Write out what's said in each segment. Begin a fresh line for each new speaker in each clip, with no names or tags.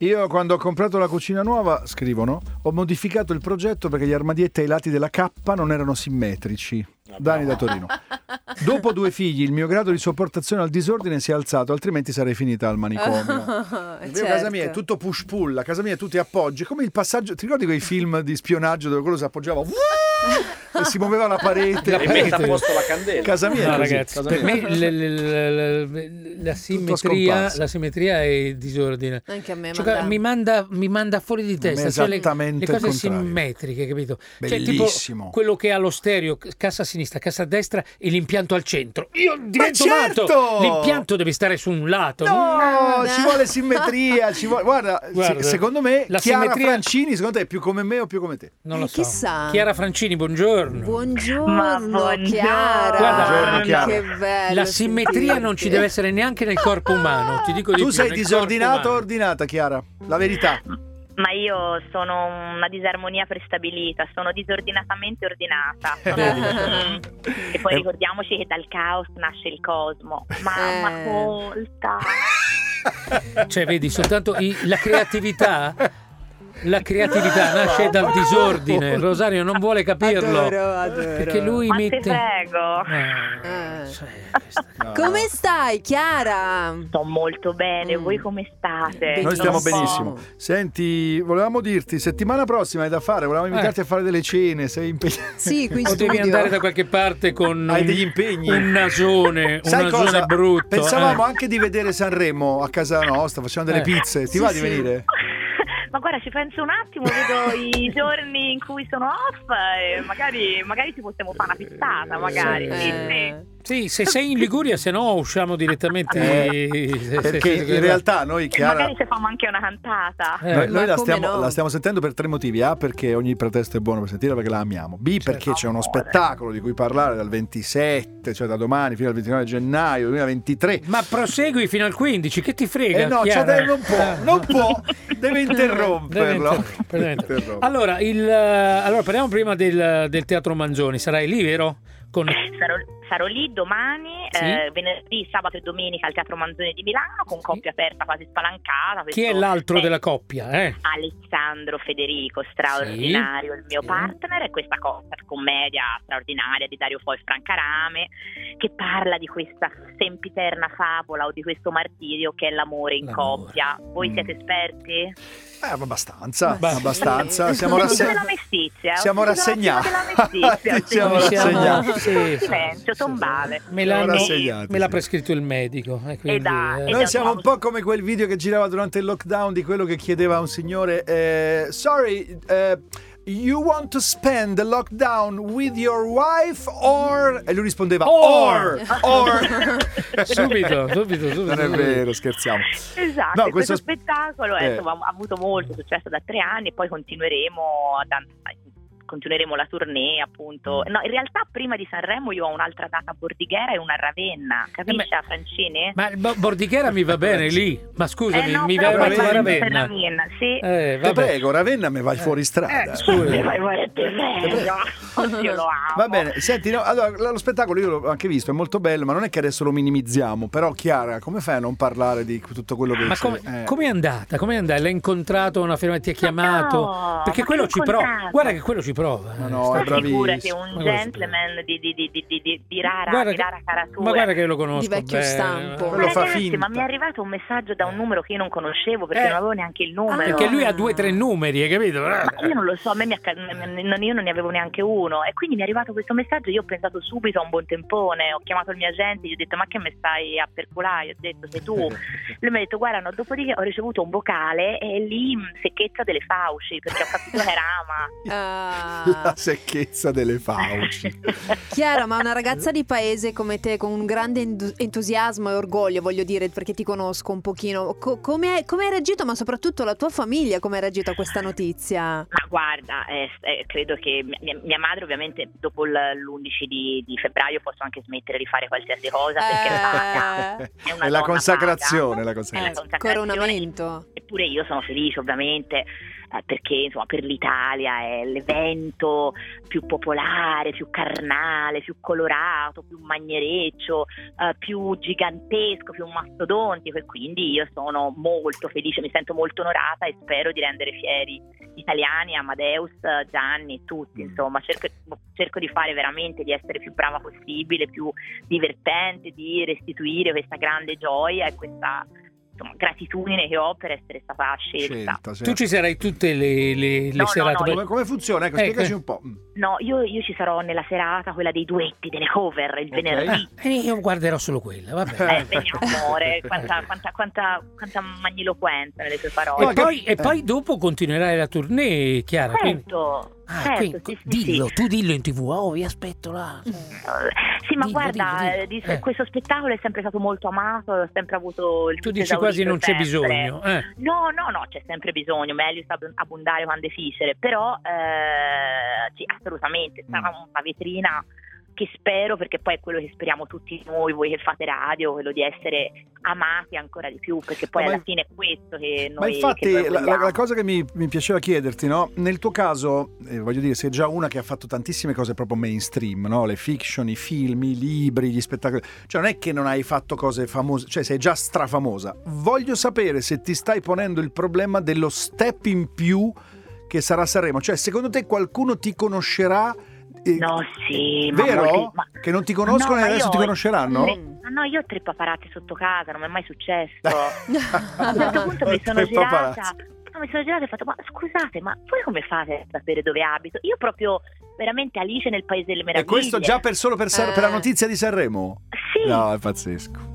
Io quando ho comprato la cucina nuova, scrivono, ho modificato il progetto perché gli armadietti ai lati della K non erano simmetrici. Dani da Torino. Dopo due figli il mio grado di sopportazione al disordine si è alzato, altrimenti sarei finita al manicomio.
Certo.
Il mio casa mia è tutto push pull, a casa mia tu ti appoggi, come il passaggio, ti ricordi quei film di spionaggio dove quello si appoggiava e si muoveva la parete?
E mette a posto la candela.
Casa mia, è
No,
così,
ragazzi,
casa
per
mia.
me le- le- le- le- la, simmetria,
scomparso.
la simmetria è disordine.
Anche a me
Cioè,
manda-
mi, manda, mi manda fuori di testa cioè, le,
esattamente
le cose
il contrario.
simmetriche, capito? Cioè,
Bellissimo.
tipo quello che ha lo stereo, cassa a sinistra, cassa a destra e l'impianto al centro. Io divento
certo!
matto! L'impianto deve stare su un lato.
No,
no. eh,
ci vuole simmetria. Ci vuole... Guarda, se-
Guarda,
secondo me
la
Chiara
simmetria-
Francini, secondo te è più come me o più come te?
Non lo
Eh,
so.
chissà.
Chiara Francini, buongiorno.
Ma
Buongiorno
buongiorno.
Chiara.
Guarda,
Buongiorno, Chiara.
Che bello.
la simmetria non ci deve essere neanche nel corpo umano. Ti dico di
tu
più,
sei
nel
disordinata o
corpo umano.
ordinata, Chiara? La verità.
Ma io sono una disarmonia prestabilita, sono disordinatamente ordinata.
vedi.
Mm. e poi
Eh.
ricordiamoci che dal caos nasce il cosmo. Mamma
Eh.
colta.
Cioè, vedi, soltanto i- la creatività. La creatività nasce dal disordine. Rosario non vuole capirlo.
Adoro, adoro.
Perché lui
Ma
mette.
te prego.
Ah,
Eh.
cioè, questa-
No.
Come stai, Chiara?
Sto molto bene,
Mm.
voi come state?
Bene.
Noi stiamo
Sono un po'
benissimo. Senti, volevamo dirti, settimana prossima hai da fare, volevamo
Eh.
invitarti a fare delle cene, sei impegnato.
Sì, qui in
O devi
studio.
andare da qualche parte con
Hai
un-
degli impegni.
un nasone, un
Sai cosa?
nasone brutto.
Pensavamo
eh.
anche di vedere Sanremo a casa nostra, facendo delle
Eh.
pizze. Ti
Sì,
va di
sì.
venire?
Ma guarda, ci penso un attimo, vedo i giorni in cui sono off e magari, magari ci possiamo fare una pizzata, magari.
Eh.
Sì, sì.
Sì, se sei in Liguria, se no usciamo direttamente.
Eh,
Eh,
Perché in realtà noi,
E
Chiara,
Eh, magari se facciamo anche una cantata.
Eh,
Noi,
ma
noi la,
come
stiamo,
no?
la stiamo sentendo per tre motivi. A, perché ogni pretesto è buono per sentire perché la amiamo. B,
Certo.
perché c'è uno spettacolo di cui parlare dal 27, cioè da domani fino al 29 gennaio 2023.
Ma prosegui fino al 15, che ti frega?
Eh no,
Chiara?
cioè, deve- non può,
Ah.
non può, deve
Deve
interromperlo.
interrompere, deve interrompere.
Interrompe.
Allora, il, eh, allora, parliamo prima del, del teatro Manzoni. Sarai lì, vero? Con...
Sarò, sarò lì domani,
Mm. Sì.
eh, venerdì, sabato e domenica al Teatro Manzoni di Milano con
Sì.
coppia aperta quasi spalancata.
Chi è
Questo
l'altro
è
della coppia? Eh?
Alessandro Federico, straordinario, il mio
Sì.
partner, e questa co- commedia straordinaria di Dario Foi e Francarame che parla di questa sempiterna favola o di questo martirio che è l'amore in
L'amore.
coppia. Voi
Mm.
siete esperti?
Eh, abbastanza,
Ma sì.
abbastanza. Siamo,
Ho
rasse-
della mestizia, ho
siamo
sentito della
rassegnati.
mestizia,
Ti siamo
sì.
Mi siamo-
rassegnati.
sì, sì,
Silenzio,
sì,
tombale.
Me l'ha,
Siamo rassegnati,
me l'ha
sì.
prescritto il medico. eh, quindi,
dai,
eh.
e
Noi
dai.
siamo un po' come quel video che girava durante il lockdown di quello che chiedeva a un signore, eh, sorry, eh, you want to spend the lockdown with your wife or... E lui rispondeva, or,
Or.
or.
Subito, subito, subito.
Non è vero, Eh, scherziamo.
Esatto,
No,
e questo,
questo-
spettacolo eh,
eh.
insomma, ha avuto molto successo da tre anni e poi continueremo ad an- continueremo la tournée appunto. No, in realtà prima di Sanremo io ho un'altra data a Bordighera e una a Ravenna, capisci
Eh,
Francini?
Ma il Bo- Bordighera mi
Eh,
va bene lì. Ma scusami,
Eh, no,
mi va
però
bene
vai
a
a
Ravenna.
Ravenna, sì.
Eh,
Ti
vabbè.
prego, Ravenna me vai fuori strada.
Eh, scusa.
Eh, vai, vai, te prego. Oddio, lo amo.
Va bene, senti, no, allora, lo lo spettacolo io l'ho anche visto, è molto bello, ma non è che adesso lo minimizziamo, però Chiara, come fai a non parlare di tutto quello che
Ma
c'è?
come,
Eh.
com'è andata? Com'è andata? L'hai incontrato a una firma ti ha chiamato?
no,
Perché
ma
quello
che
ci prova.
incontrato?
Guarda che quello ci prova.
Ma
eh.
no,
Sta-
è
Ma
bravissimo.
figurati, un
Ma guarda-
gentleman di, di, di, di, di, di, di rara,
guarda
di
che-
rara Eh, caratura.
Ma guarda che lo conosco.
Di vecchio
bene.
stampo.
Quello
Ma
fa
ragazzi,
finta.
ma mi è arrivato un messaggio da un numero che io non conoscevo perché
Eh.
non avevo neanche il numero.
Perché lui ha due o tre numeri, hai capito?
Ma io non lo so, a me mi acca- non- io non ne avevo neanche uno e quindi mi è arrivato questo messaggio, io ho pensato subito a un buon tempone, ho chiamato il mio agente, gli ho detto ma che me stai a perculare, ho detto sei tu, lui mi ha detto guarda no, dopodiché ho ricevuto un vocale e lì mh, secchezza delle fauci perché ho capito che era
Ah,
ama.
La secchezza delle fauci.
Eh,
Chiara, ma una ragazza di paese come te, con un grande endu- entusiasmo e orgoglio, voglio dire, perché ti conosco un pochino, co- come, come hai reagito, ma soprattutto la tua famiglia, come hai reagito a questa notizia?
Ma guarda, eh, eh, credo che mi- mia, mia madre ovviamente dopo l'11 di, di febbraio posso anche smettere di fare qualsiasi cosa perché
Eh.
ah, è, una
È la
donna
consacrazione, la
paga. È la
Eh,
consacrazione.
consacrazione.
coronamento.
Eppure io sono felice ovviamente, eh, perché insomma per l'Italia è l'evento più popolare, più carnale, più colorato, più magnereccio, eh, più gigantesco, più mastodontico e quindi io sono molto felice, mi sento molto onorata e spero di rendere fieri gli italiani, Amadeus, Gianni, tutti insomma, cerco, cerco di fare veramente, di essere più brava possibile, più divertente, di restituire questa grande gioia e questa insomma, gratitudine che ho per essere stata scelta.
Scelta, certo.
Tu ci sarai tutte le, le- le
No, no,
serate.
no,
Beh,
come, come funziona? Ecco,
Eh,
spiegaci
eh.
un po'. Mm.
No, io, io ci sarò nella serata, quella dei duetti, delle cover, il
Ok.
venerdì.
eh, io guarderò solo quella, vabbè.
Eh, vediamo, amore, quanta, quanta, quanta, quanta magniloquenza nelle tue
E,
parole.
No,
poi,
che-
e poi dopo continuerai la tournée, Chiara. quindi-
Certo,
Ah,
certo,
quindi-
sì, Mm, sì, sì.
dillo, tu dillo in tv, oh, vi aspetto là.
Sì, ma
Dillo,
guarda,
dillo, dillo.
eh, dis-
Eh.
questo spettacolo è sempre stato molto amato, ho sempre avuto il
Tu
tutto
dici quasi
esaurito
non c'è
sempre.
bisogno. eh.
No, no, no, c'è sempre bisogno, meglio ab- abbondare quando è difficile, però eh, sì, assolutamente,
Mm.
sarà una vetrina che spero, perché poi è quello che speriamo tutti noi, voi che fate radio, quello di essere amati ancora di più, perché poi
No, ma
alla
inf-
fine è questo che noi
Ma infatti
che noi
la, la-
vogliamo.
la cosa che mi, mi piaceva chiederti, no? nel tuo caso, eh, voglio dire, sei già una che ha fatto tantissime cose proprio mainstream, no? le fiction, i film, i libri, gli spettacoli, cioè non è che non hai fatto cose famose, cioè sei già strafamosa. Voglio sapere se ti stai ponendo il problema dello step in più che sarà Sanremo, cioè secondo te qualcuno ti conoscerà? eh,
No, sì, ma
vero?
molti- ma-
Che non ti conoscono
No,
e
ma
adesso
io-
ti conosceranno?
Tre- ma no, io ho tre paparazzi sotto casa, non mi è mai successo. A un certo punto mi sono
Tre
girata.
paparazzi.
no, mi sono girata e ho fatto: Ma scusate, ma voi come fate a sapere dove abito? Io proprio veramente Alice nel paese delle
E
meraviglie.
questo già per, solo per, San-
Eh.
per la notizia di Sanremo?
Sì,
No,
no.
è pazzesco.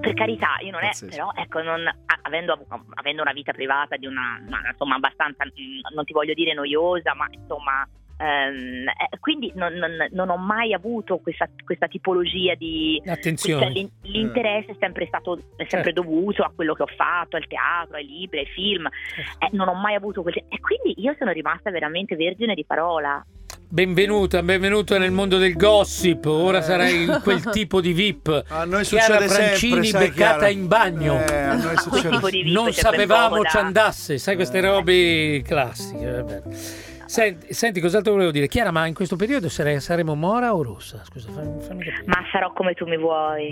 per carità, io non è,
Pazzesco.
però ecco, non- a- avendo, avu- avendo una vita privata di una, ma, insomma, abbastanza, mm, non ti voglio dire noiosa, ma insomma, ehm, eh, quindi non, non- non ho mai avuto questa, questa tipologia di, Questa-
Attenzione.
cioè, l'in- l'interesse è sempre stato è sempre
Certo.
dovuto a quello che ho fatto, al teatro, ai libri, ai film.
Certo.
Eh, non ho mai avuto quel e quindi io sono rimasta veramente vergine di parola.
Benvenuta, benvenuta nel mondo del gossip. Ora
Eh.
sarai in quel tipo di VIP.
A noi
Chiara
succede
Francini
sempre, sai,
beccata
Chiara?
in bagno.
Eh, a noi
Ma quel
succede.
tipo di vita
Non
c'è
sapevamo
per
ci
moda.
andasse, sai queste
Eh.
robe classiche. vabbè. Senti, senti, cos'altro volevo dire? Chiara, ma in questo periodo sare- saremo mora o rossa? Scusa, fammi, fammi capire.
Ma sarò come tu mi vuoi.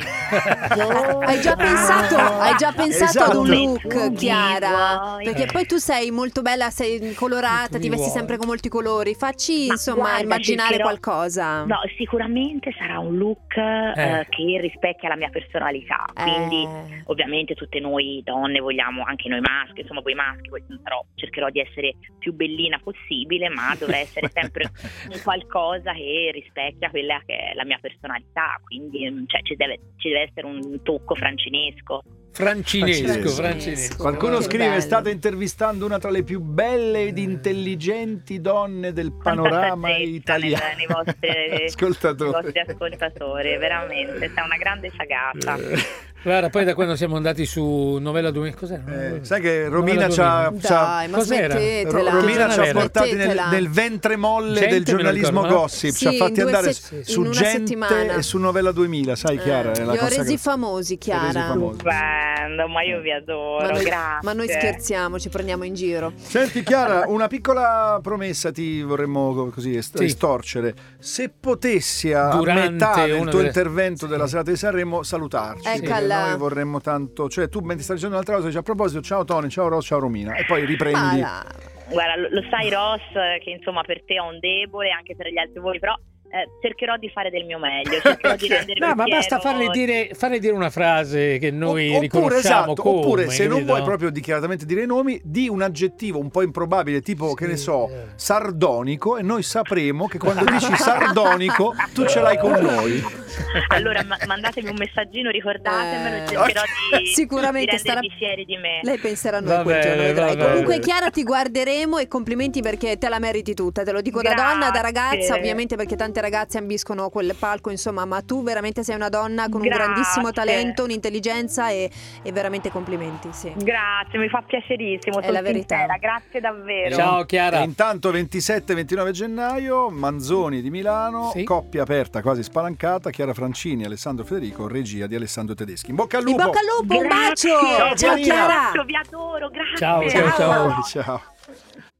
Hai già pensato, hai già pensato ad un eh.
Esatto.
look, Chiara.
Vuoi?
Perché poi tu sei molto bella, sei colorata,
Tu
ti vesti
vuoi.
sempre con molti colori. Facci,
Ma
insomma,
guarda,
immaginare
cercherò-
qualcosa.
No, sicuramente sarà un look eh, che rispecchia la mia personalità,
Eh,
quindi Ovviamente tutte noi donne vogliamo, anche noi maschi, insomma voi maschi, voi- però cercherò di essere più bellina possibile, ma dovrà essere sempre un qualcosa che rispecchia quella che è la mia personalità, quindi mm, cioè, ci, deve, ci deve essere un tocco francinesco.
Francinesco,
Francinesco.
francinesco.
Qualcuno
Che
scrive:
bello.
State intervistando una tra le più belle
Eh.
ed intelligenti donne del panorama
saggezza
italiano.
nei- nei vostri- I
Ascoltatori.
vostri ascoltatori, veramente, sei una grande sagata.
Guarda, poi da quando siamo andati su Novella Domenica, cos'era?
Eh,
Novella
sai che
Novella
Romina ci ha,
Domenica.
ci ha-
Dai, ma
Cos'era?
Ro-
smettetela.
Romina ci ha
Smettetela.
portati nel, nel ventre molle
Gente,
del
me lo
giornalismo
ricordo, no?
gossip.
Sì,
ci ha fatti
in due
andare
se- in
su
una
Gente
settimana.
e su Novella 2000, sai, Chiara? è
Eh,
la
Li ho
consacra-
resi famosi,
Li ho resi
Chiara.
famosi.
Stupendo, ma io vi adoro,
Ma noi,
grazie.
ma noi scherziamo, ci prendiamo in giro.
Senti Chiara, una piccola promessa ti vorremmo co- così est-
Sì.
estorcere. Se potessi a
Durante
metà del
una
tuo
delle-
intervento
Sì.
della serata di Sanremo salutarci.
Ecco
perché
là.
Noi vorremmo tanto, cioè tu mentre stai dicendo un'altra cosa dici a proposito ciao Tony, ciao Ros, ciao Romina e poi riprendi.
Ma la-
Guarda, lo, lo sai Ross eh, che insomma per te ho un debole, anche per gli altri voi, però eh, cercherò di fare del mio meglio, cercherò di rendervi
No, ma
fiero.
basta farle dire, farle dire una frase che noi
O- oppure,
riconosciamo
esatto,
come,
oppure se non
capito?
vuoi proprio dichiaratamente dire i nomi, di un aggettivo un po' improbabile, tipo che
Sì,
ne so,
eh.
sardonico, e noi sapremo che quando dici sardonico tu ce l'hai con noi.
Allora ma- mandatemi un messaggino, ricordatemelo,
Eh,
cercherò di,
Sicuramente
di rendervi
starà-
fieri di me.
Lei penserà a noi
Va
quel giorno,
bene,
vedrai.
va bene.
Comunque, Chiara, ti guarderemo e complimenti perché te la meriti tutta. Te lo dico da
Grazie.
donna, da ragazza, ovviamente perché tante ragazze ambiscono quel palco, insomma, ma tu veramente sei una donna con
Grazie.
un grandissimo talento, un'intelligenza e, e veramente complimenti, sì.
Grazie, mi fa piacerissimo,
È
sono
la verità.
sincera, grazie davvero.
Ciao
E
Chiara.
intanto 27-29 gennaio, Manzoni di Milano,
Sì.
coppia aperta quasi spalancata, Chiara Francini, Alessandro Federico, regia di Alessandro Tedeschi. In bocca al
In
lupo!
bocca al lupo, un
Grazie.
bacio! Ciao
Ciao,
Chiara!
Vi adoro, grazie.
Ciao, ciao, ciao.
Ciao.